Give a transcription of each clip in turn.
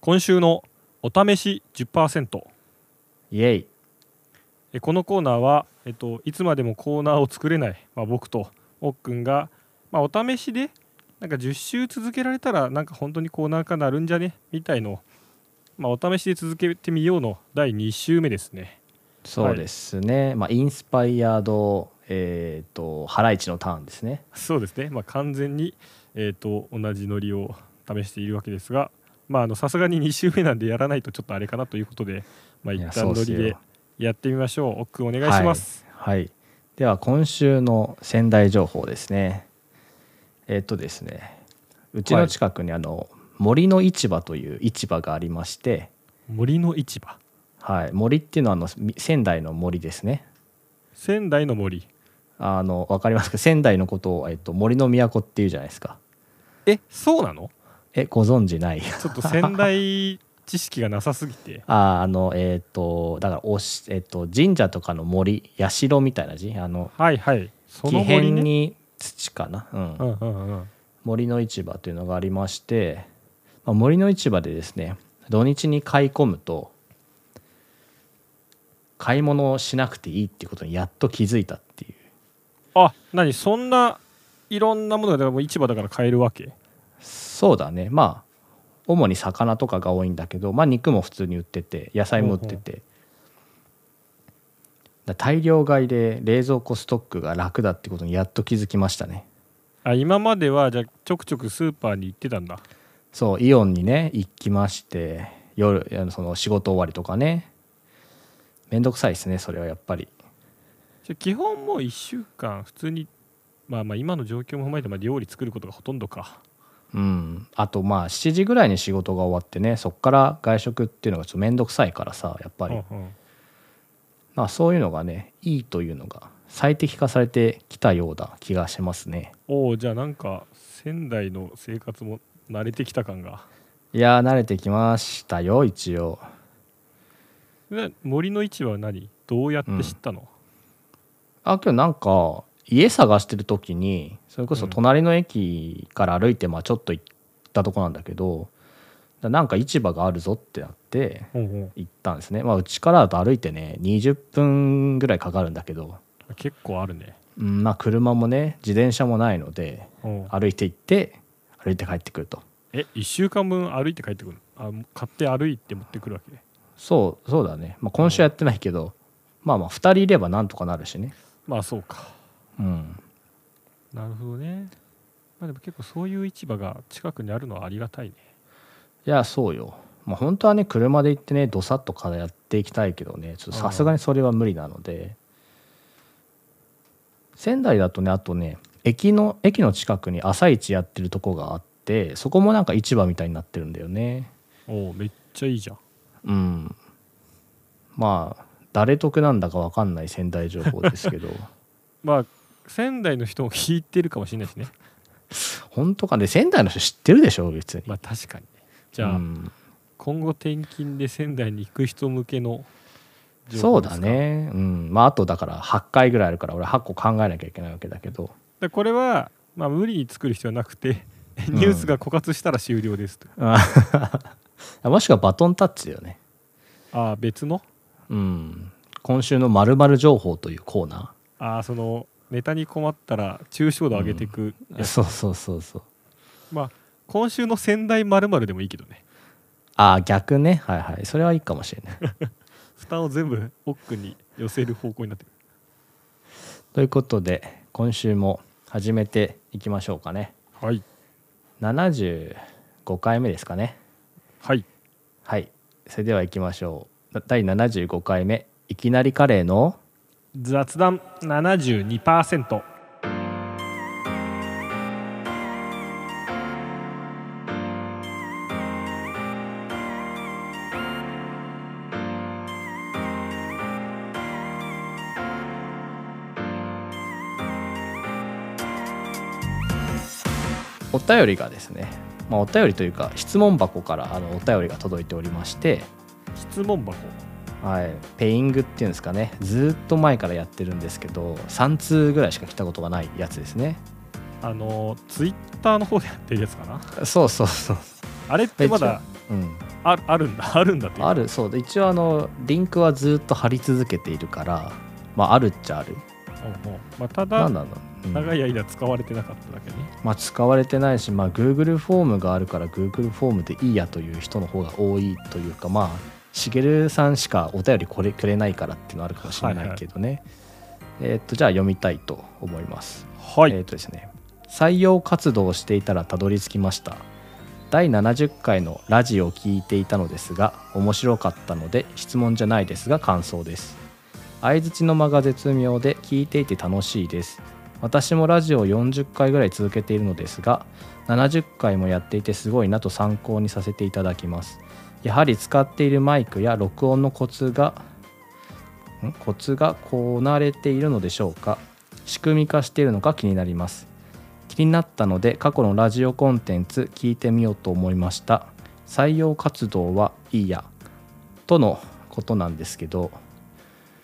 今週のお試し10%イエイえこのコーナーは、えっと、いつまでもコーナーを作れない、まあ、僕とおっくんが、まあ、お試しでなんか10週続けられたらなんか本当にコーナー化なるんじゃねみたいのを、まあ、お試しで続けてみようの第2週目ですね そうですね、まあインスパイアードえっ、とハライチのターンですねそうですね、まあ、完全に、えー、と同じノリを試しているわけですがまああのさすがに2週目なんでやらないとちょっとあれかなということで、まあ、い一や旦そうノっすリよでやってみましょうおっくんお願いします、はい、はいでは今週の仙台情報ですねえっ、とですねうちの近くにあの、森の市場という市場がありまして、森の市場はい、森っていうのはあのみ仙台の森ですね仙台の森あのわかりますか仙台のことを、えっと、森の都っていうじゃないですかえそうなのえご存知ない ちょっと仙台知識がなさすぎてああのえっ、とだからおし、えっと神社とかの森社みたいな字あのはいはいそ木の森片ねに土かな、うんうんうんうん森の市場というのがありまして、まあ、森の市場でですね土日に買い込むと買い物をしなくていいっていうことにやっと気づいたっていうあ何そんないろんなものがだからもう市場だから買えるわけそうだねまあ主に魚とかが多いんだけど、まあ、肉も普通に売ってて野菜も売ってて、だ大量買いで冷蔵庫ストックが楽だってことにやっと気づきましたねあ今まではじゃあちょくちょくスーパーに行ってたんだそうイオンにね行きまして夜あのその仕事終わりとかねめんどくさいですねそれはやっぱりじゃあ基本もう1週間普通にまあまあ今の状況も踏まえてまあ料理作ることがほとんどかうんあとまあ7時ぐらいに仕事が終わってねそっから外食っていうのがちょっとめんどくさいからさやっぱり、うんうんまあそういうのがねいいというのが最適化されてきたような気がしますねおおじゃあなんか仙台の生活も慣れてきた感がいやー慣れてきましたよ一応で森の市場は何どうやって知ったの、あ今日なんか家探してる時にそれこそ隣の駅から歩いてまあちょっと行ったとこなんだけどだなんか市場があるぞってなってうんうん行ったんですねまあうちからだと歩いてね20分ぐらいかかるんだけど、結構あるねうん、まあ車もね自転車もないのでうん歩いて行って歩いて帰ってくるとえ1週間分歩いて帰ってくるのあ買って歩いて持ってくるわけそうそうだね、まあ、今週やってないけどまあまあ2人いればなんとかなるしねまあそうかうんなるほどねまあでも結構そういう市場が近くにあるのはありがたいねいやそうよ、まあ、本当はね車で行ってねどさっとからやっていきたいけどねちょっとさすがにそれは無理なので仙台だとねあとね駅の駅の近くに朝市やってるとこがあってそこもなんか市場みたいになってるんだよねおおめっちゃいいじゃんうんまあ誰得なんだか分かんない仙台情報で すけどまあ仙台の人も聞いてるかもしれないしね本当かね仙台の人知ってるでしょ別に、 まあ確かにねじゃあ、うん今後転勤で仙台に行く人向けの情そ報うですかだねうんまああとだから8回ぐらいあるから俺8個考えなきゃいけないわけだけどでこれは、まあ、無理に作る必要はなくてうんニュースが枯渇したら終了ですと、あ もしくはバトンタッチだよね。ああ別のうん。今週の〇〇情報というコーナああそのネタに困ったら抽象度上げていくー。やつ、そうそうそうそう。まあ今週の仙台まるでもいいけどねああ、逆ね。はいはい。それはいいかもしれ ない。負担を全部奥に寄せる方向になってくるということで、今週も始めていきましょうかね。はい75回目ですかね。はいはい。それでは行きましょう。第75回目、いきなりカレーの雑談72%お便りがですね、まあ、お便りというか、質問箱からあのお便りが届いておりまして、質問箱はい、ペイングっていうんですかねずーっと前からやってるんですけど3通ぐらいしか来たことがないやつですねあのツイッターの方でやってるやつかなそうそうそう、あれってまだうん、ああるんだ あるんだっていうあるそうで一応あのリンクはずっと貼り続けているからまああるっちゃあるうんうんまあ、たなだんだろう、うん長い間使われてなかっただけねまあ、使われてないし、まあ、Google フォームがあるから Google フォームでいいやという人の方が多いというかまあしげるさんしかお便りこれくれないからっていうのはあるかもしれないけどね、えーっとじゃあ読みたいと思いますはい、えーとですね、採用活動をしていたらたどり着きました第70回のラジオを聞いていたのですが面白かったので質問じゃないですが感想です相づちの間が絶妙で聞いていて楽しいです私もラジオを40回ぐらい続けているのですが70回もやっていてすごいなと参考にさせていただきますやはり使っているマイクや録音のコツがんコツがこなれているのでしょうか仕組み化しているのか気になります気になったので過去のラジオコンテンツ聞いてみようと思いました採用活動はいいやとのことなんですけど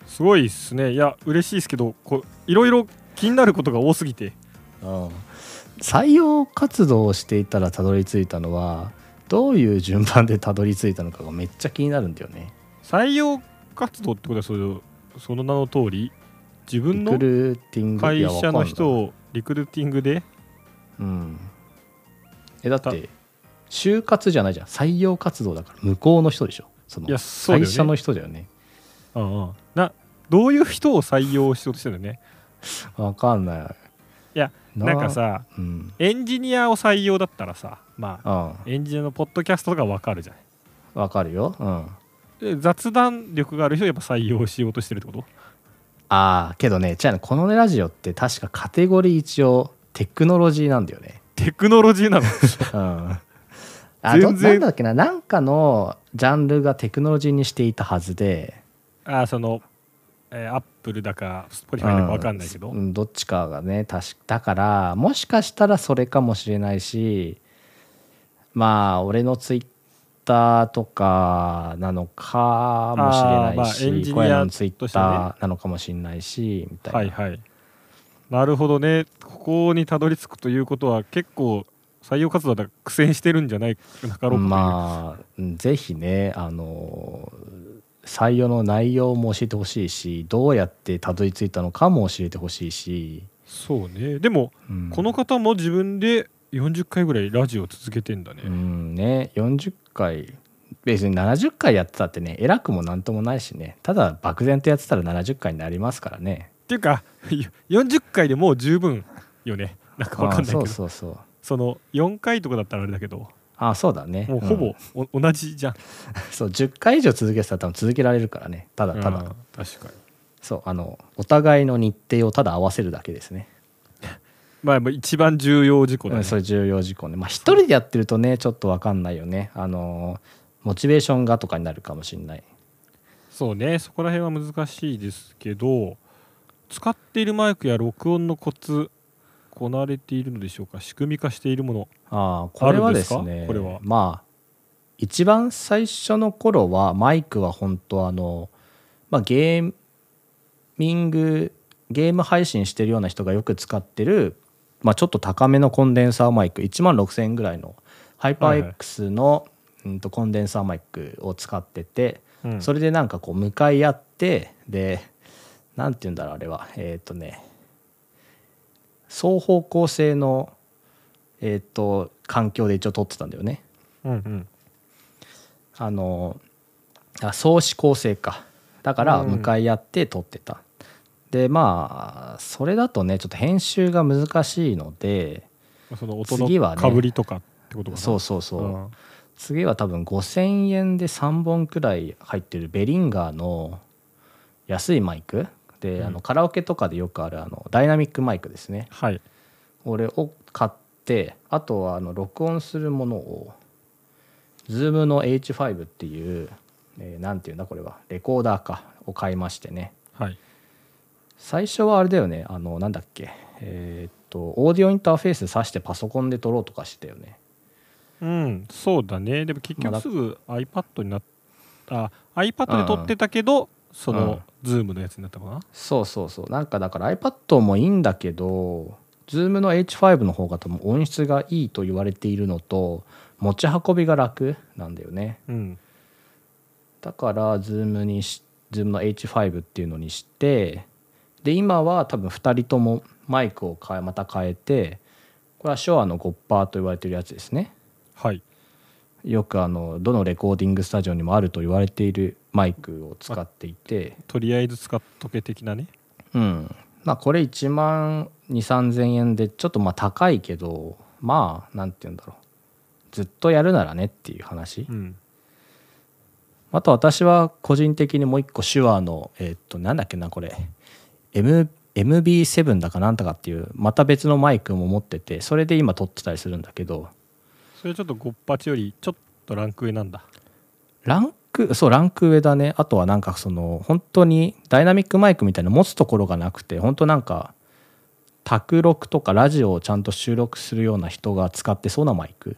すごいですねいや嬉しいですけどこういろいろ気になることが多すぎて採用活動をしていたらたどり着いたのはどういう順番でたどり着いたのかがめっちゃ気になるんだよね採用活動ってことはそれその名の通り自分リクのルーティングい会やわか社んなのい人をリクルーティングでうんえだって就活じゃないじゃん採用活動だから向こうの人でしょそのいやそうだ会よね社の人だよねうんうんなどういう人を採用しようとしてるんだよねわかんないいやなんかさうんエンジニアを採用だったらさまああエンジニアのポッドキャストとかわかるじゃないあわかるようんあで雑談力がある人をやっぱ採用しようとしてるってことあけどねじゃあねこのラジオって確かカテゴリー一応テクノロジーなんだよねテクノロジーな のうんあど全然なんだっけななんかのジャンルがテクノロジーにしていたはずであーそのえーアップルだかスポティファイだかわかんないけど、うんうんどっちかがね確かだからもしかしたらそれかもしれないしまあ俺のツイッターとかなのかもしれないあーまあエンしジニア小屋のツイとッしてタねーなのかもしれないしみたいな、はいはいなるほどねここにたどり着くということは結構採用活動だから苦戦してるんじゃないなかろうかというまあうんぜひねあの採用の内容も教えてほしいしどうやってたどり着いたのかも教えてほしいし、そうねでも、うんこの方も自分で40回ぐらいラジオ続けてんだね、うんね40回別に70回やってたってね偉くもなんともないしねただ漠然とやってたら70回になりますからねっていうか 40回でもう十分よねなんかわかんないけどああそそうそうそうの4回とかだったらあれだけどああそうだねもうほうんぼお、同じじゃんそう10回以上続けてたら多分続けられるからねただただ、うん確かにそうあのお互いの日程をただ合わせるだけですねまあまあ一番重要事項だうね、んそれ重要事項ねまあ一人でやってるとねちょっと分かんないよねあのモチベーションがとかになるかもしれないそうねそこら辺は難しいですけど使っているマイクや録音のコツこなれているのでしょうか仕組み化しているものああこれはあるんでですすかねこれはまあ一番最初の頃はマイクは本当あの、まあ、ゲーミングゲーム配信してるような人がよく使ってる、まあ、ちょっと高めのコンデンサーマイク1万6000円ぐらいのハイパー X の、うんとコンデンサーマイクを使ってて、それれでなんかこう向かい合ってでなんて言うんだろうあれはえっ、とね双方向性のえっ、と環境で一応撮ってたんだよねうんうんあのあ相思構成かだからうん向かい合って撮ってた、でまあそれだとねちょっと編集が難しいのでその音次はのねかぶりとかってことかなそうそうそう、うん次は多分5000円で3本くらい入ってるベリンガーの安いマイクで、うんあのカラオケとかでよくあるあのダイナミックマイクですねはい俺を買ってあとはあの録音するものを Zoom の H5 っていう、えーなんていうんだこれはレコーダーかを買いましてねはい最初はあれだよねあのなんだっけえーっとオーディオインターフェース挿してパソコンで撮ろうとかしてたよねうんそうだねでも結まだ局すぐ iPad になったあ iPad で撮ってたけど、その Zoom のやつになったかな、そうそうそうなんかだから iPad もいいんだけど Zoom の H5 の方が多分音質がいいと言われているのと持ち運びが楽なんだよねうんだからズームにし Zoom の H5 っていうのにしてで今は多分2人ともマイクを変えまた変えてこれはショアのゴッパーと言われてるやつですねはいよくあのどのレコーディングスタジオにもあると言われているマイクを使っていてとりあえず使っとけ的なねうんまあこれ1万2 3千円でちょっとまあ高いけどまあなんて言うんだろうずっとやるならねっていう話うんあと私は個人的にもう一個手話のえーっとなんだっけなこれ M MB7 だかなんだかっていうまた別のマイクも持っててそれで今撮ってたりするんだけどそれちょっとゴッパチよりちょっとランク上なんだランクそうランク上だねあとはなんかその本当にダイナミックマイクみたいな持つところがなくて本当なんか卓録とかラジオをちゃんと収録するような人が使ってそうなマイク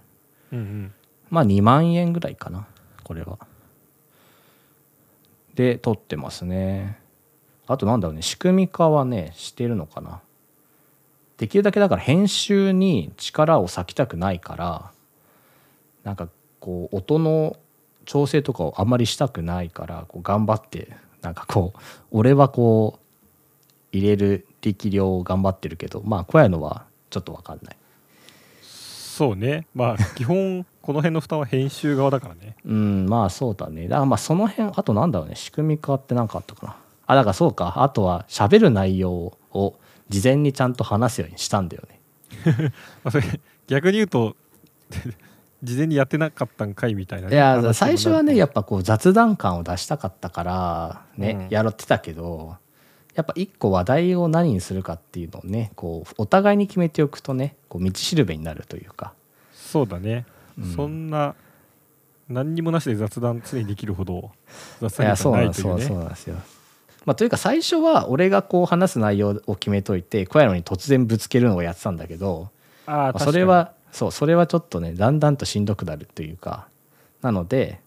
うんうんまあ2万円ぐらいかなこれはで撮ってますねあとなんだろうね仕組み化はねしてるのかなできるだけだから編集に力を割きたくないからなんかこう音の調整とかをあんまりしたくないからこう頑張ってなんかこう俺はこう入れる力量を頑張ってるけどまあ小屋のはちょっと分かんないそうねまあ基本この辺の負担は編集側だからねうんまあそうだねだからまあその辺あとなんだろうね仕組み化って何かあったかなあだからそうかあとは喋る内容を事前にちゃんと話すようにしたんだよねまあそれ逆に言うと 事前にやってなかったんかいみたいないね、や最初はねやっっぱこう雑談感を出したかったからね、うんやろってたけどやっぱ一個話題を何にするかっていうのをねこうお互いに決めておくとねこう道しるべになるというかそうだね、うんそんな何にもなしで雑談常にできるほど雑い談力やそうがななんいとですいうそうねそうなんですよ。まあ、というか最初は俺がこう話す内容を決めといて小屋野に突然ぶつけるのをやってたんだけど、ああまあそれはそうそれはちょっとねだんだんとしんどくなるというかなので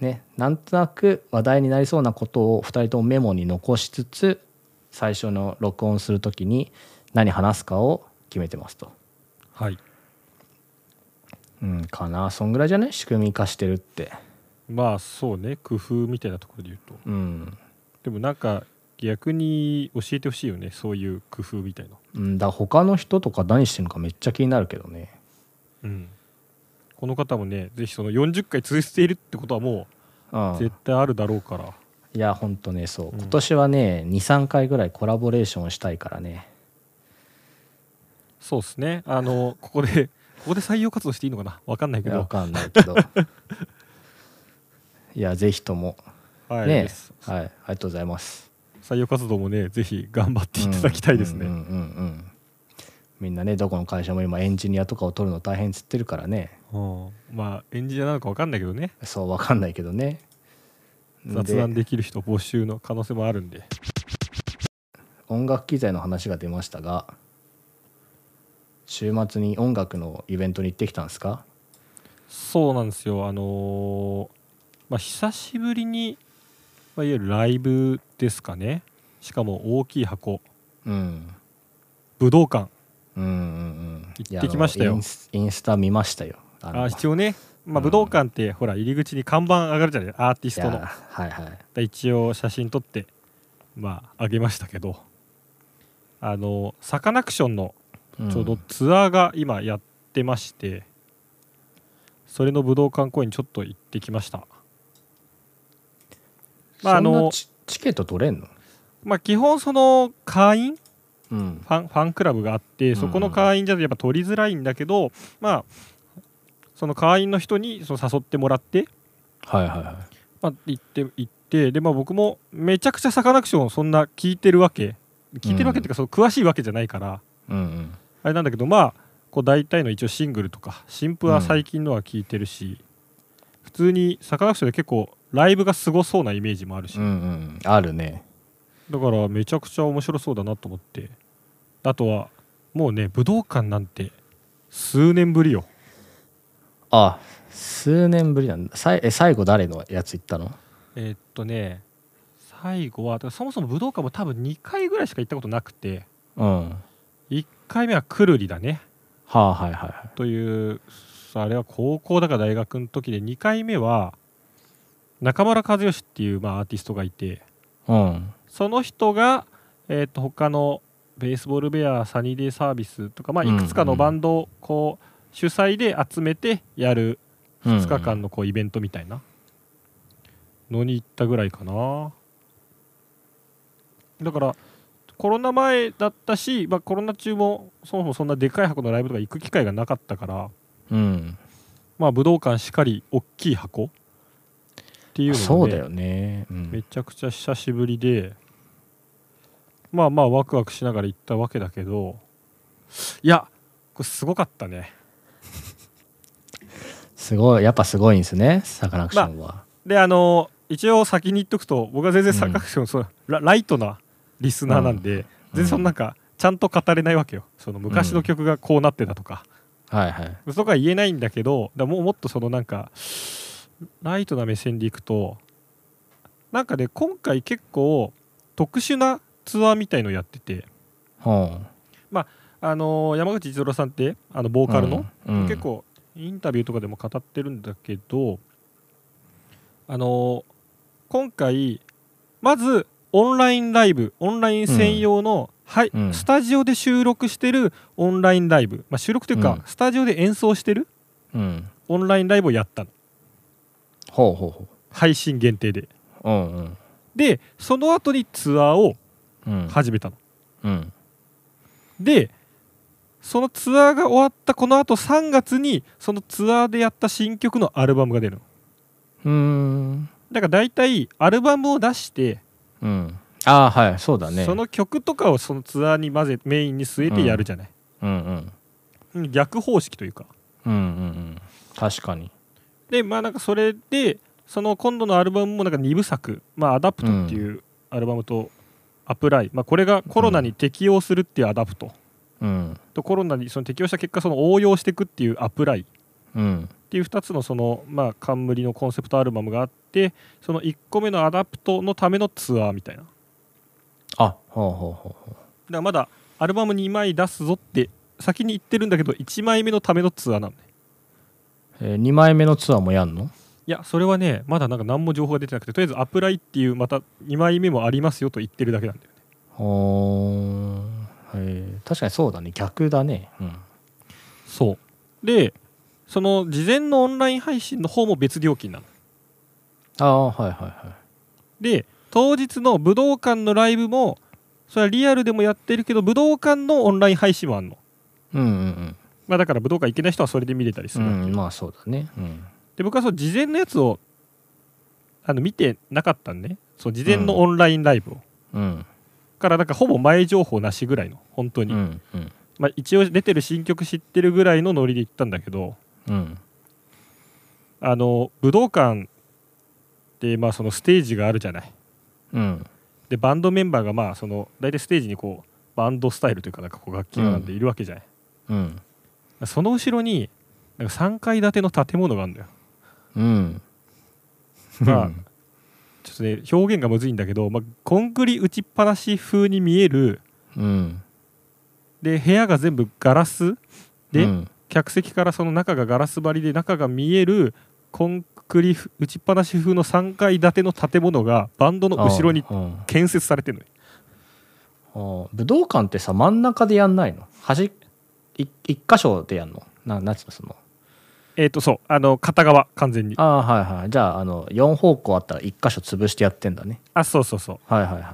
ねなんとなく話題になりそうなことを2人ともメモに残しつつ最初の録音する時に何話すかを決めてますと。確かにはいうんかなそんぐらいじゃない仕組み化してるって。まあそうね工夫みたいなところで言うとうんでもなんか逆に教えてほしいよねそういう工夫みたいなうん、だから他の人とか何してるのかめっちゃ気になるけどね。うんこの方もねぜひその40回続けているってことはもうんう絶対あるだろうからいやほんとねそう、うん今年はね23回ぐらいコラボレーションしたいからねそうですねあのここでここで採用活動していいのかなわかんないいけやわどかんないけどいやぜひともはい、ねですはいありがとうございます採用活動もねぜひ頑張って いただきたいですね、うんうんうんうんみんなねどこの会社も今エンジニアとかを取るの大変っつってるからねうんまあエンジニアなのかわかんないけどねそうわかんないけどね雑談できる人募集の可能性もあるんで音楽機材の話が出ましたが週末に音楽のイベントに行ってきたんですかそうなんですよあのーまあ久しぶりに、まあ、いわゆるライブですかねしかも大きい箱うん武道館うんうんうんいや行ってきましたよあのインスインスタ見ましたよあのあ一応ね、まあ、うん武道館って、ほら入り口に看板上がるじゃないアーティストいのやはいはいで一応写真撮ってまああげましたけどあのサカナクションのちょうどツアーが今やってまして、それの武道館公演にちょっと行ってきましたまああそんのなチチケット取れんのまあ基本その会員うんファンファンクラブがあってそこの会員じゃやっぱ取りづらいんだけど、まあその会員の人にその誘ってもらってはいはいはいまあ、行って行ってで、まあ、僕もめちゃくちゃサカナクションをそんな聞いてるわけ聞いてるわけっていうか、その詳しいわけじゃないからうんうんあれなんだけどまあこう大体の一応シングルとか新譜は最近のは聞いてるし、普通にサカナクションで結構ライブがすごそうなイメージもあるし、うんうんあるねだからめちゃくちゃ面白そうだなと思ってあとはもうね武道館なんて数年ぶりよあ数年ぶりなんださいえ最後誰のやつ行ったのえーっとね最後はだからそもそも武道館も多分2回ぐらいしか行ったことなくてうんは1回目はくるりだねあはいはいはいというあれは高校だか大学の時で2回目は中村和義っていう、まあ、アーティストがいてうんその人が、えー、と他のベースボールベアサニーデイサービスとか、まあ、うんいくつかのバンドをこう主催で集めてやる2日間のこうイベントみたいなのに行ったぐらいかなだからコロナ前だったし、まあ、コロナ中もそもそもそんなでかい箱のライブとか行く機会がなかったから、うん、まあ、武道館しかり大きい箱っていうのがねそうだよね、うめん、ちゃくちゃ久しぶりでまあまあワクワクしながら行ったわけだけどいやこれすごかったねすごいやっぱすごいんですねサカナクションは、であの一応先に言っとくと僕は全然サうんカナクション、そのラライトなリスナーなんで、全然そのなんかちゃんと語れないわけよその昔の曲がこうなってたとか、はいはいとか言えないんだけどだからもうもっとそのなんかライトな目線でいくとなんかね今回結構特殊なツアーみたいのやっててほあの山口一郎さんってあのボうーカルの、、うんうん結構インタビューとかでも語ってるんだけどあの今回まずオンラインライブオンライン専用の、はいうんスタジオで収録してるオンラインライブ、まあ、収録というか、うんスタジオで演奏してるうんオンラインライブをやったのほうほうほ配信限定でううんうんでその後にツアーをうん始めたの、うんでそのツアーが終わったこのあと3月にそのツアーでやった新曲のアルバムが出るのうーんだから大体アルバムを出してうんああはいそうだねその曲とかをそのツアーに混ぜメインに据えてやるじゃない、うんうんうん逆方式というかうんうんうん確かにでまあなんかそれでその今度のアルバムもなんか2部作「まあ、アダプト」っていうアルバムと「アプライ」まあ、これがコロナに適応するっていうアダプト、うんとコロナにその適応した結果その応用していくっていう「アプライ」っうんていう2つのそのまあ冠のコンセプトアルバムがあってその1個目のアダプトのためのツアーみたいなだかあほうほうほうほらまだアルバム2枚出すぞって先に言ってるんだけど1枚目のためのツアーなのねう、えー、2枚目のツアーもやんのいやそれはねまだなんか何も情報が出てなくてとりあえずアプライっていうまた2枚目もありますよと言ってるだけなんだよねほーえー、確かにそうだね逆だねうんそうでその事前のオンライン配信の方も別料金なのああはいはいはで当日の武道館のライブもそれはリアルでもやってるけど武道館のオンライン配信もあんの、いうんうんまあ、だから武道館行けない人はそれで見れたりすうるわけ、ん、うん、まあそうだねうんで僕はその事前のやつをあの見てなかったんで、ね、その事前のオンラインライブを、うんからなんかほぼ前情報なしぐらいの本当うに、んうんまあ、一応出てる新曲知ってるぐらいのノリで行ったんだけどうんあの武道館でまあそのステージがあるじゃないうんでバンドメンバーがまあその大体ステージにこうバンドスタイルというかなんかこう楽器がなんているわけじゃない、うんその後ろになんか3階建ての建物があるんだようんまあちょっとね表現がむずいんだけど、まあ、コンクリ打ちっぱなし風に見えるうんで部屋が全部ガラスで、うん客席からその中がガラス張りで中が見えるコンクリ打ちっぱなし風の3階建ての建物がバンドの後ろにあうんあ建設されてるのよー武道館ってさ真ん中でやんないの端っ一一箇所でやんのななんつうのそのえっ、とそうあの片側完全にあああはいはいじゃああの4方向あったら一箇所潰してやってんだねそうそうそうはいはいはい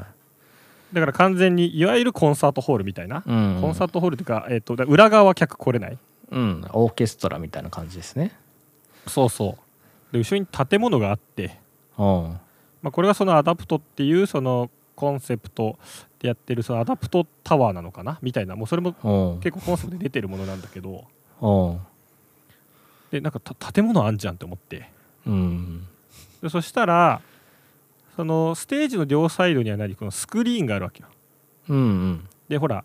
だから完全にいわゆるコンサートホールみたいな、うんうんコンサートホールというか,、えー、とだから裏側は客来れないうんオーケストラみたいな感じですねそうそうで後ろに建物があって、うんまあ、これがそのアダプトっていうそのコンセプトでやってるそのアダプトタワーなのかなみたいなもうそれもうん結構コンセプトで出てるものなんだけどうんでなんかた建物あんじゃんって思ってうんでそしたらそのステージの両サイドには何このスクリーンがあるわけようんうんでほら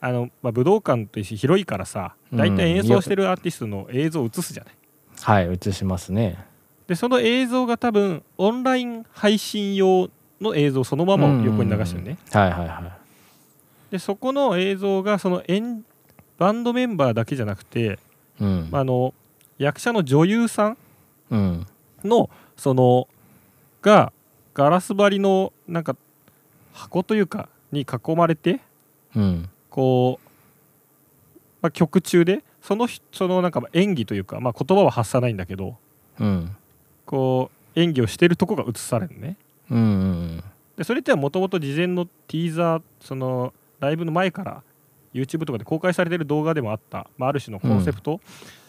あの、まあ、武道館と一緒広いからさ大体演奏してるアーティストの映像を映すじゃない、はい映しますねでその映像が多分オンライン配信用の映像そのままを横に流してるね、うんはいはいはでそこの映像がその演バンドメンバーだけじゃなくて、いうんまあ、あの役者の女優さんうんのそのがガラス張りのなんか箱というかに囲まれてうんこう、まあ、曲中でその人そのなんか演技というか、まあ、言葉は発さないんだけどうんこう演技をしてるとこが映されるのねうんうんでそれってもともと事前のティーザーそのライブの前から YouTube とかで公開されてる動画でもあった、まあ、ある種のコンセプト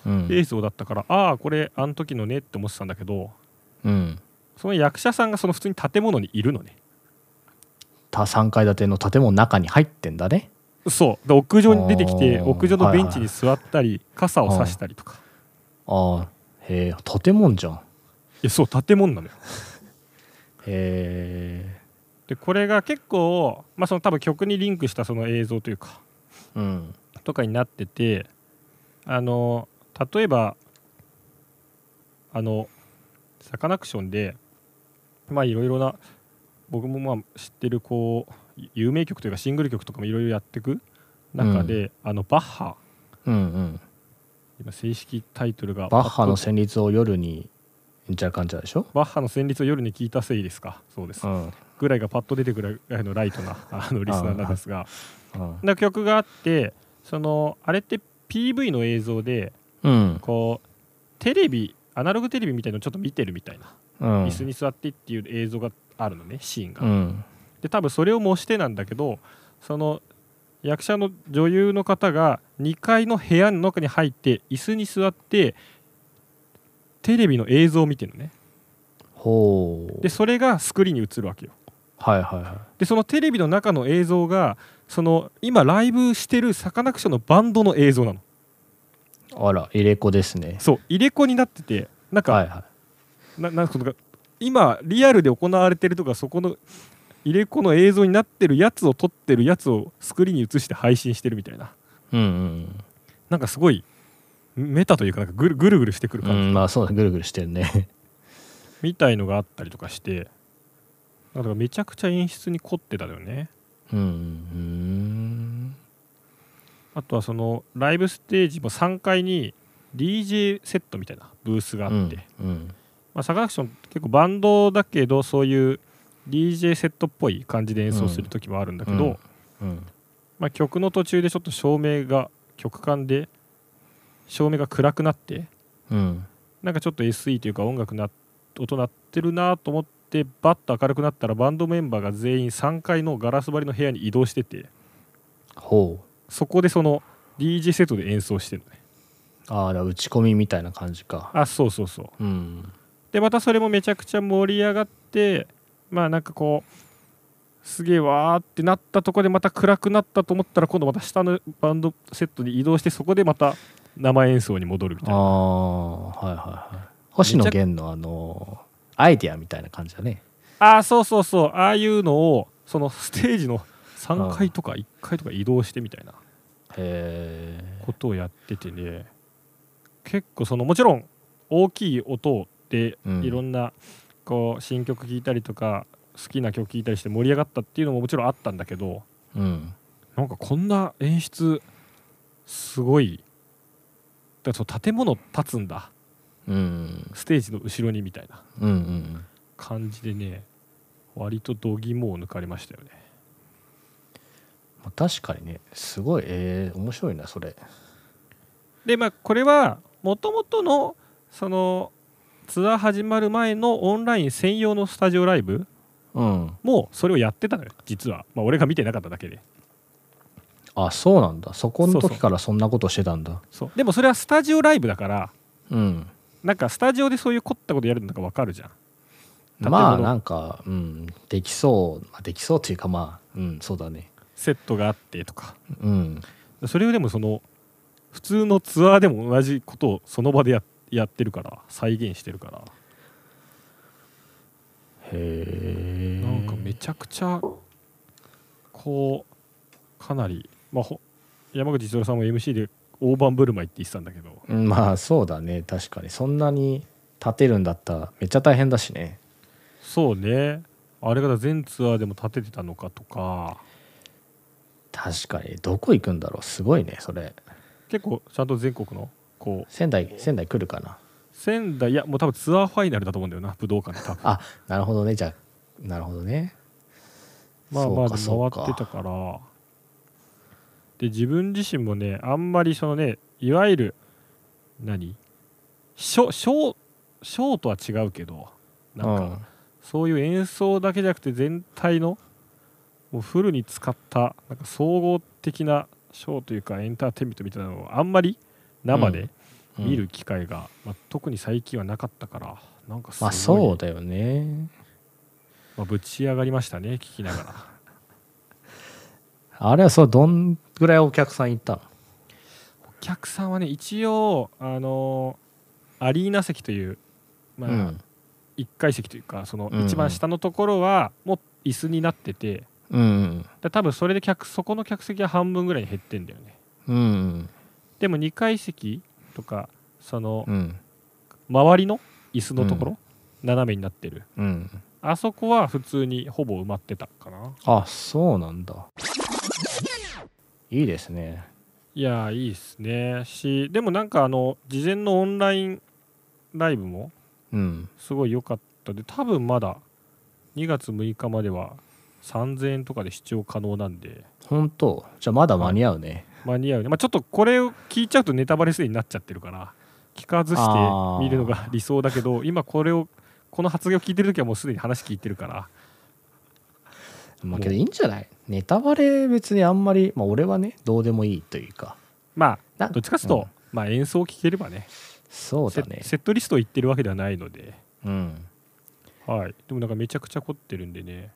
うん映像だったから、ああこれあの時のねって思ってたんだけどうんその役者さんがその普通に建物にいるのねた3階建ての建物の中に入ってんだねそうで屋上に出てきてあー屋上のベンチに座ったり、傘を差したりとか、ああへえ建物じゃんいやそう建物なのよへでこれが結構、まあ、その多分曲にリンクしたその映像というかえうんとかになっててあの例えばあのサカナクションでまあいろいろな僕もまあ知ってるこう有名曲というかシングル曲とかもいろいろやってく中で、あのバッハうんうん今正式タイトルがバッハパのッと旋律を夜にみたいな感じなんでしょバッハの旋律を夜に聞いたせいですかそうです、うんぐらいがパッと出てくるぐらいのライト なあのリスナーなんですがうんな曲があってそのあれって PV の映像でうんこうテレビアナログテレビみたいのをちょっと見てるみたいな、うん椅子に座ってっていう映像があるのねシーンが、うんで多分それを模してなんだけどその役者の女優の方が2階の部屋の中に入って椅子に座ってテレビの映像を見てるのねほうでそれがスクリーンに映るわけよはいはいはいでそのテレビの中の映像がその今ライブしてるサカナクションのバンドの映像なのあら入れ子ですねそう入れ子になっててなんか、はいはいななんかその今リアルで行われてるとかそこの入れ子の映像になってるやつを撮ってるやつをスクリーンに映して配信してるみたいなうんうんなんかすごいメタというかなんかぐるぐるぐるしてくるう感じ、んまあそうだぐるぐるしてるねみたいのがあったりとかしてだからめちゃくちゃ演出に凝ってたのよねうんうんあとはそのライブステージも3階に DJ セットみたいなブースがあうって、んうんまあ、サカナクション結構バンドだけどそういう DJ セットっぽい感じで演奏する時もあるんだけど、うんうんまあ、曲の途中でちょっと照明が曲間で照明が暗くなってうんなんかちょっと SE というか音楽な音鳴ってるなと思ってバッと明るくなったらバンドメンバーが全員3階のガラス張りの部屋に移動しててほうそこでその DJ セットで演奏してるのねああら打ち込みみたいな感じかあそうそうそううんでまたそれもめちゃくちゃ盛り上がってまあなんかこうすげえわーってなったとこでまた暗くなったと思ったら今度また下のバンドセットに移動してそこでまた生演奏に戻るみたいあなあはいはいはい星野源のあのアイディアみたいな感じだねああそうそうそうああいうのをそのステージの3階とか1階とか移動してみたいなへえことをやっててね結構そのもちろん大きい音でうんいろんなこう新曲聴いたりとか好きな曲聴いたりして盛り上がったっていうのももちろんあったんだけどうんなんかこんな演出すごいだからその建物立つんだうんステージの後ろにみたいなうんうん感じでね割と度肝を抜かれましたよね。まあ確かにねすごいえー、面白いなそれでまあこれはもともとのそのツアー始まる前のオンライン専用のスタジオライブうんもそれをやってたのよ実は、まあ、俺が見てなかっただけであそうなんだそこのそうそ時うからそんなことしてたんだそうでもそれはスタジオライブだからうんなんかスタジオでそういう凝ったことやるのがわかるじゃん建物まあなんか、うん、できそう、まあ、できそうというかまあ、うん、そうだね。セットがあってとかうん。それをでもその普通のツアーでも同じことをその場でややってるから再現してるからへえ。なんかめちゃくちゃこうかなり、まあ、ほ山口千郎さんも MC で大盤振る舞いって言ってたんだけどうんまあそうだね、確かに。そんなに立てるんだったらめっちゃ大変だしね。そうねあれが全ツアーでも立ててたのかとか確かに。どこ行くんだろうすごいね、それ。結構ちゃんと全国のこう仙台仙台来るかな仙台いやもう多分ツアーファイナルだと思うんだよな武道館で多分あなるほどねじゃあなるほどねまあそうまかあでそうもか回ってたからで自分自身もねあんまりそのねいわゆる何ショショーショーとは違うけどなんか、そういう演奏だけじゃなくて全体のもうフルに使ったなんか総合的なショーというかエンターテインメントみたいなのをあんまり生でうん見る機会が、まあ、特に最近はなかったからなんかすまごい、あそうだよねまあぶち上がりましたね聞きながらあれはそうどんぐらいお客さんいたのお客さんはね一応あのアリーナ席という、まあうん1階席というかそのうんうん一番下のところはもう椅子になってて、うんで多分それで客そこの客席は半分ぐらいに減ってんだよねうんうんでも2階席とかそのうん周りの椅子のところ、斜めになってるうんあそこは普通にほぼ埋まってたかなあそうなんだいいですねいやーいいっすねしでもなんかあの事前のオンラインライブもうんすごい良かったで多分まだ2月6日までは3000円とかで視聴可能なんで本当じゃあまだ間に合うね間に合うね、まあ、ちょっとこれを聞いちゃうとネタバレすでになっちゃってるから聞かずして見るのが理想だけど今これをこの発言を聞いてる時はもうすでに話聞いてるからまあけどいいんじゃないネタバレ別にあんまり、まあ、俺はねどうでもいいというかまなあどっちかというと、うんまあ、演奏を聴ければねそうセだッねセットリストを言ってるわけではないので、うんはい、でもなんかめちゃくちゃ凝ってるんでね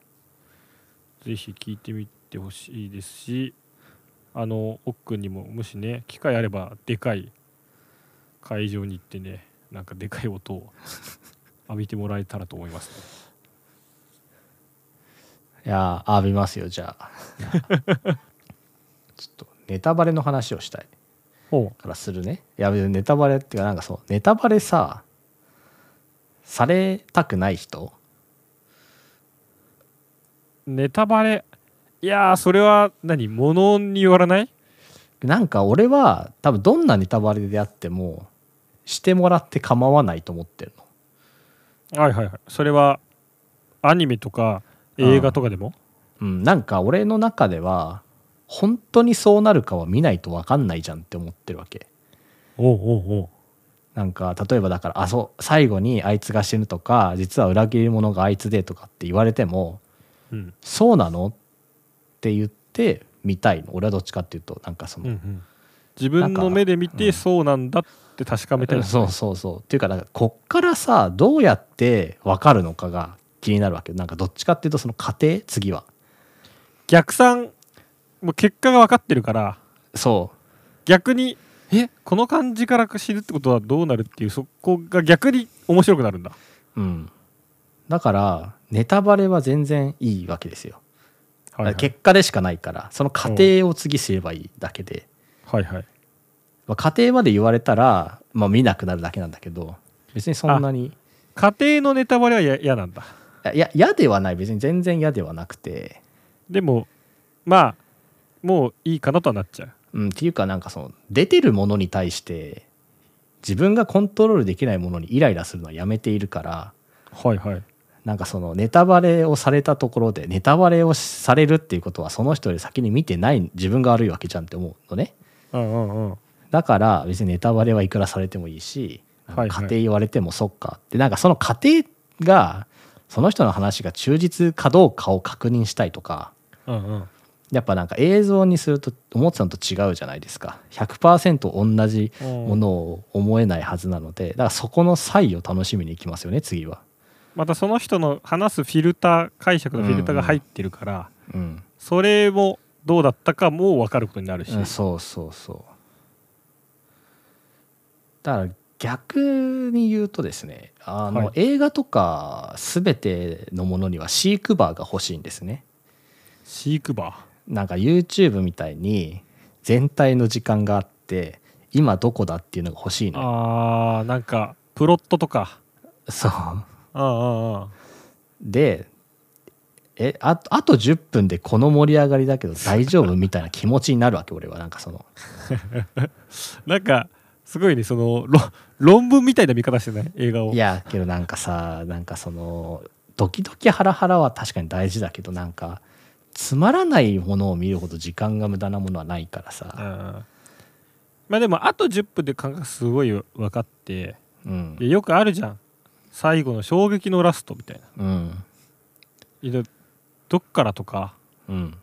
ぜひ聴いてみてほしいですしあの奥君にももしね機会あればでかい会場に行ってねなんかでかい音 を浴びてもらえたらと思いますねいやー浴びますよじゃあ ちょっとネタバレの話をしたいほうからするねいや別にネタバレっていうかなんかそうネタバレさされたくない人ネタバレいやーそれは何物によらないなんか俺は多分どんなネタバレであってもしてもらって構わないと思ってるのはいはいはいそれはアニメとか映画とかでもうん、なんか俺の中では本当にそうなるかは見ないと分かんないじゃんって思ってるわけおうおうおうなんか例えばだからあそう最後にあいつが死ぬとか実は裏切り者があいつでとかって言われてもうんそうなのって言って見たいの俺はどっちかっていうとなんかその、自分の目で見なんてかそうなんだって確かめたい、そうそうそうっていうかなんかこっからさどうやって分かるのかが気になるわけなんかどっちかっていうとその過程次は逆算もう結果が分かってるからそ逆にえこの感じから知るってことはどうなるっていうそこが逆に面白くなるんだううんだからネタバレは全然いいわけですよはいはい結果でしかないからその過程を次すればいいだけで、はいはいまあ、過程まで言われたら、まあ、見なくなるだけなんだけど別にそんなに家庭のネタバレはや嫌なんだいや嫌ではない別に全然嫌ではなくて、でもまあもういいかなとはなっちゃううん、っていうかなんかその出てるものに対して自分がコントロールできないものにイライラするのはやめているからはいはいなんかそのネタバレをされたところでネタバレをされるっていうことはその人より先に見てない自分が悪いわけじゃんって思うのね。うんうんうんだから別にネタバレはいくらされてもいいしなんかはい家はい庭言われてもそっかって、なんかその家庭がその人の話が忠実かどうかを確認したいとかうんうんやっぱなんか映像にすると思ってたのと違うじゃないですか100%同じものを思えないはずなのでだからそこの差異を楽しみに行きますよね次は。またその人の話すフィルター解釈のフィルターが入ってるから、うん、それもどうだったかも分かることになるし、うんそうそうそうだから逆に言うとですねあの、はい映画とか全てのものにはシークバーが欲しいんですね飼育バなんか YouTube みたいに全体の時間があって今どこだっていうのが欲しいーのあーなんかプロットとかそうああああでえああと10分でこの盛り上がりだけど大丈夫みたいな気持ちになるわけ俺はなんかそのなんかすごいねそのろ論文みたいな見方してない映画をいやけどなんかさなんかそのドキドキハラハラは確かに大事だけどなんかつまらないものを見るほど時間が無駄なものはないからうさ、んまあでもあと10分で感覚すごい分かってうんでよくあるじゃん最後の衝撃のラストみたいなうんいやどっからとかうん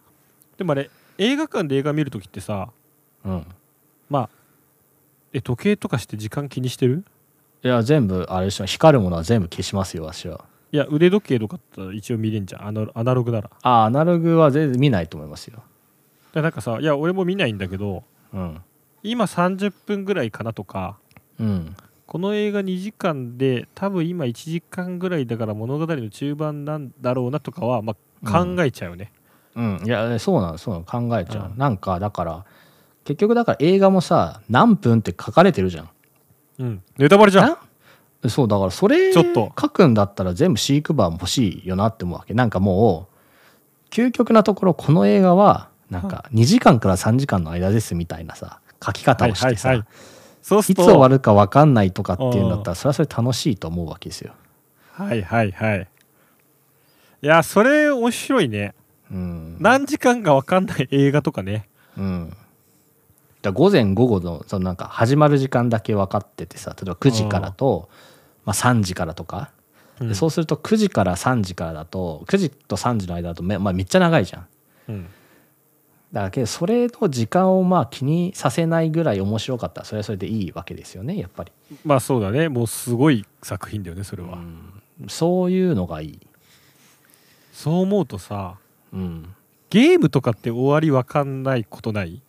でもあれ映画館で映画見るときってさうんえ時計とかして時間気にしてるいや全部あれでしょ光るものは全部消しますよわしはいや腕時計とかだったら一応見れんじゃんアナロアナログならだかあアナログは全然見ないと思いますよらなんかさいや俺も見ないんだけどうん今30分ぐらいかなとかうんこの映画2時間で多分今1時間ぐらいだから物語の中盤なんだろうなとかは、まあ、うん考えちゃうよね、うんいやそうなのそうなの考えちゃう、うんなんかだから結局だから映画もさ何分って書かれてるじゃんうんネタバレじゃんなそうだからそれちょっと書くんだったら全部飼育バーも欲しいよなって思うわけなんかもう究極なところこの映画はなんか2時間から3時間の間ですみたいなさ書き方をしてさ、はいいはいはいそうすつると終わるか分かんないとかっていうんだったらそれはそれ楽しいと思うわけですよ。はいはいはいいやそれ面白いねうん何時間か分かんない映画とかねうん、だから午前午後のそのなんか始まる時間だけ分かっててさ例えば9時からと、まあ、3時からとか、でそうすると9時から3時からだと9時と3時の間だとめ,、まあ、めっちゃ長いじゃん。うんだけどそれの時間をまあ気にさせないぐらい面白かったらそれはそれでいいわけですよねやっぱり、まあそうだねもうすごい作品だよねそれは、そういうのがいい、そう思うとさうん、ゲームとかって終わり分かんないことない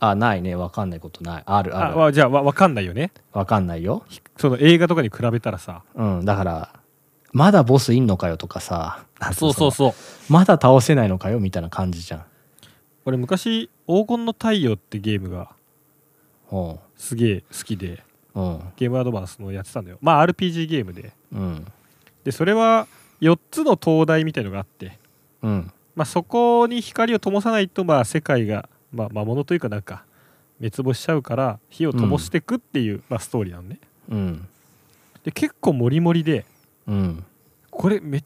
あないね分かんないことないあるああるわじゃあわ分かんないよね分かんないよ、その映画とかに比べたらさうん、だからまだボスいんのかよとかさなんていのそうまだ倒せないのかよみたいな感じじゃん俺昔「黄金の太陽」ってゲームがうんすげえ好きでうんゲームアドバンスのやってたんだよまあ RPG ゲームでうんでそれは4つの灯台みたいのがあって、うんまあ、そこに光を灯さないとまあ世界が、まあ、魔物というかなんか滅亡しちゃうから火を灯してくっていう、まあ、ストーリーなのねうんで結構モリモリでうんこれめ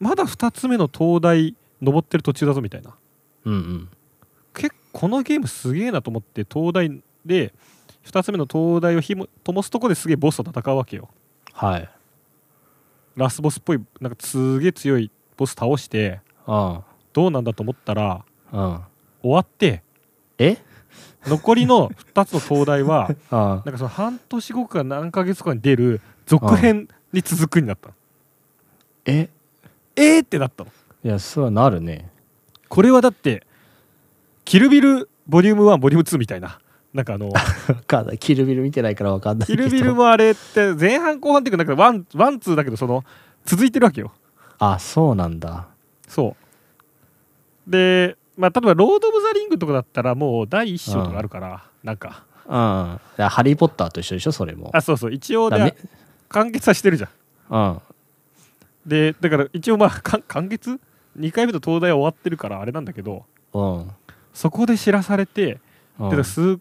まだ2つ目の灯台登ってる途中だぞみたいなうんうん結構このゲームすげえなと思って灯台で2つ目の灯台を火も灯すとこですげえボスと戦うわけよはいラスボスっぽいなんかすげえ強いボス倒してうんどうなんだと思ったらうん終わってえ残りの2つの灯台はあなんかその半年後か何ヶ月後かに出る続編に続くになったのええーってなったのいやそれはなるねこれはだって「キルビルボリューム1ボリューム2」みたいななんかあのわかんないキルビル見てないからわかんないキけどルビルもあれって前半後半っていうかなんかワンワンツーだけどその続いてるわけよあそうなんだそうでまあ例えば「ロード・オブ・ザ・リング」とかだったらもう第一章とかあるから、なんかうんだからハリー・ポッターと一緒でしょそれもあそうそう一応だめで完結はしてるじゃんうんでだから一応まあか完結2回目と東大は終わってるからあれなんだけどうんそこで知らされて、うんで数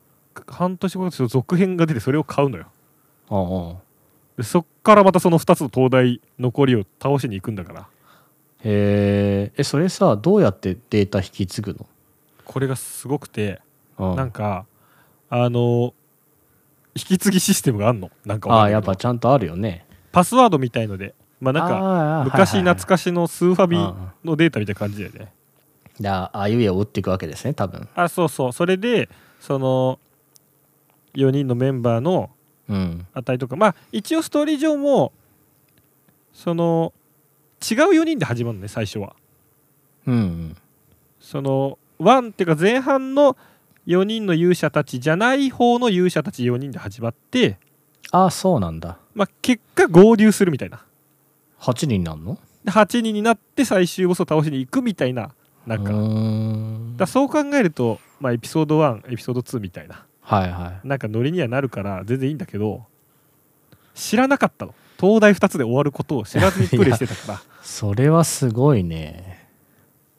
半年後に続編が出てそれを買うのようんうんでそっからまたその2つの東大残りを倒しに行くんだからへーえそれさどうやってデータ引き継ぐこれがすごくての、うん、なんかあの引き継ぎシステムがあんのなんかわあかんあないやっけどぱちゃんとあるよねパスワードみたいのでまあなんかか昔懐しかしのスーファビうんのデータみたいな感じだよねいでああいうえを打っていくわけですね多分あそうそうそれでその4人のメンバーのうん値とかまあ一応ストーリー上もその違う4人で始まるのね最初はうんその1っていうか前半の4人の勇者たちじゃない方の勇者たち4人で始まって、ああそうなんだまあ、結果合流するみたいな8人なんので8人になって最終ボスを倒しに行くみたいななんか,、うーだかんらそう考えると、まあ、エピソード1エピソード2みたいなはいはなんかノリにはなるから全然いいんだけど知らなかったの東大2つで終わることを知らずにプレイしてたから いそれはすごいね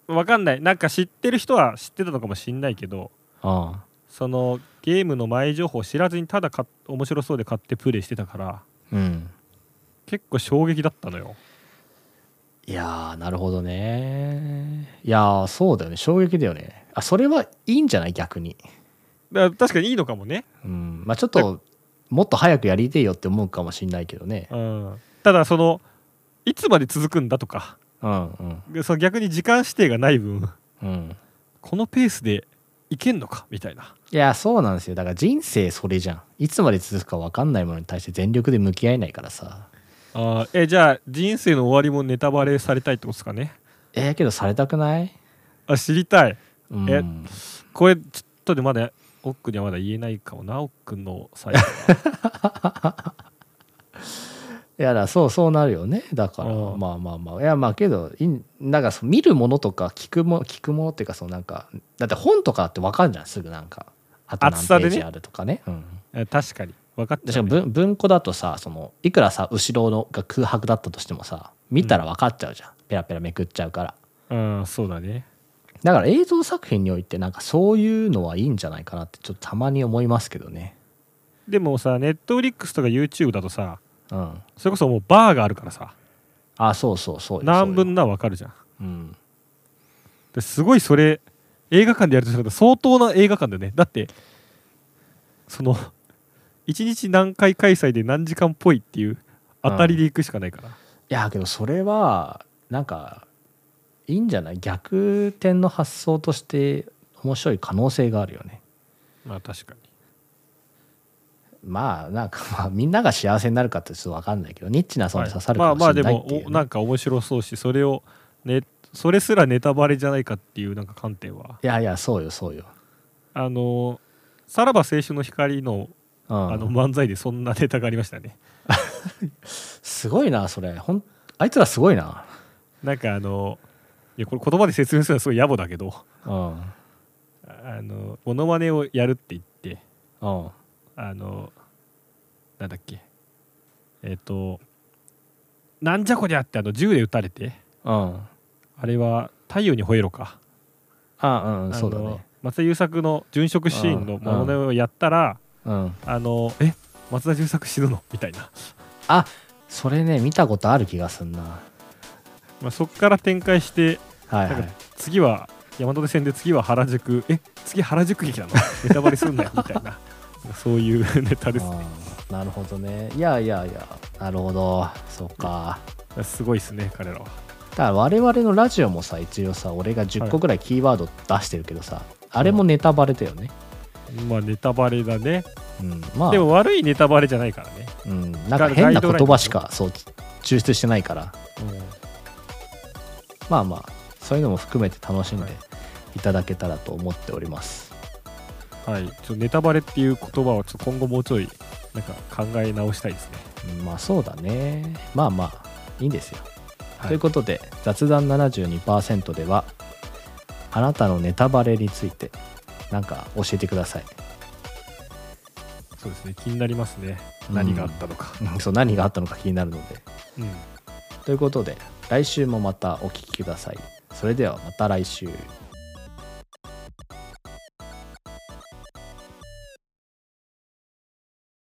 わかんないなんか知ってる人は知ってたのかもしんないけどあそのゲームの前情報を知らずにただ買っ面白そうで買ってプレイしてたからうん結構衝撃だったのよいやーなるほどねいやーそうだよね衝撃だよねあそれはいいんじゃない逆にだから確かにいいのかもね、うんまあちょっともっと早くやりてえよって思うかもしんないけどねうん、ただそのいつまで続くんだとかうんうんでその逆に時間指定がない分うんこのペースでいけんのかみたいないやそうなんですよだから人生それじゃんいつまで続くか分かんないものに対して全力で向き合えないからさあーえじゃあ人生の終わりもネタバレされたいってことですかねえー、けどされたくないあ知りたいうんえこれちょっとでまだ奥にはまだ言えないかもな奥の最 後いやだそうそうなるよねだからうんまあまあまあいやまあけどいいなんかそう見るものとか聞くも聞くものっていうかそうなんかだって本とかって分かるじゃんすぐなんかあと何厚ペさでーねジあるとかねうんえ確かに分かっちでしゃかうもね、文文庫だとさそのいくらさ後ろのが空白だったとしてもさ見たら分かっちゃうじゃん、ペラペラめくっちゃうからうんそうだねだから映像作品においてなんかそういうのはいいんじゃないかなってちょっとたまに思いますけどねでもさネットフリックスとか YouTube だとさうんそれこそもうバーがあるからさあそうそうそうよ何分そうよな分かるじゃんうんですごいそれ映画館でやるとしたら相当な映画館だよねだってその1日何回開催で何時間っぽいっていう当たりで行くしかないから、いやけどそれはなんかいいんじゃない逆転の発想として面白い可能性があるよねまあ確かにまあなんか まあみんなが幸せになるかってちょっと分かんないけどニッチな層に刺さるはかいまあまあもしれでないっもていうね、おなんか面白そうしそれを、ね、それすらネタバレじゃないかっていうなんか観点はいやいやそうよそうよ、あのさらば青春の光のうん、あの漫才でそんなネタがありましたねすごいなそれほんあいつらすごいななんかあのいやこれ言葉で説明するのはすごい野暮だけどうんうんあのモノマネをやるって言ってはあのなんだっけえっ、と「なんじゃこりゃ」ってあの銃で撃たれてうんあれは「太陽に吠えろか」あうあんのそうだね松田優作の殉職シーンのモノマネをやったらうんあのえ松田優作死ぬのみたいな、あそれね見たことある気がすんなまあ、そっから展開してはいなはんいか次は山手線で次は原宿え次原宿劇なのネタバレす んなよみたいなそういうネタですあーなるほどねいやいやいやなるほどそっかすごいですね彼らはだから我々のラジオもさ一応さ俺が10個ぐらいキーワード出してるけどさ、あれもネタバレだよね、まあネタバレだねうん、まあでも悪いネタバレじゃないからねうん、なんか変なガ言イドライ葉ンしかそう抽出してないからまあまあそういうのも含めて楽しんではいいただけたらと思っております、はい、ちょっとネタバレっていう言葉をちょっと今後もうちょいなんか考え直したいですね。うんまあそうだねまあまあいいんですよはいということで雑談72%ではあなたのネタバレについてなんか教えてくださいそうですね、気になりますね。うん何があったのか。うんそう何があったのか気になるのでうん、ということで来週もまたお聞きくださいそれではまた来週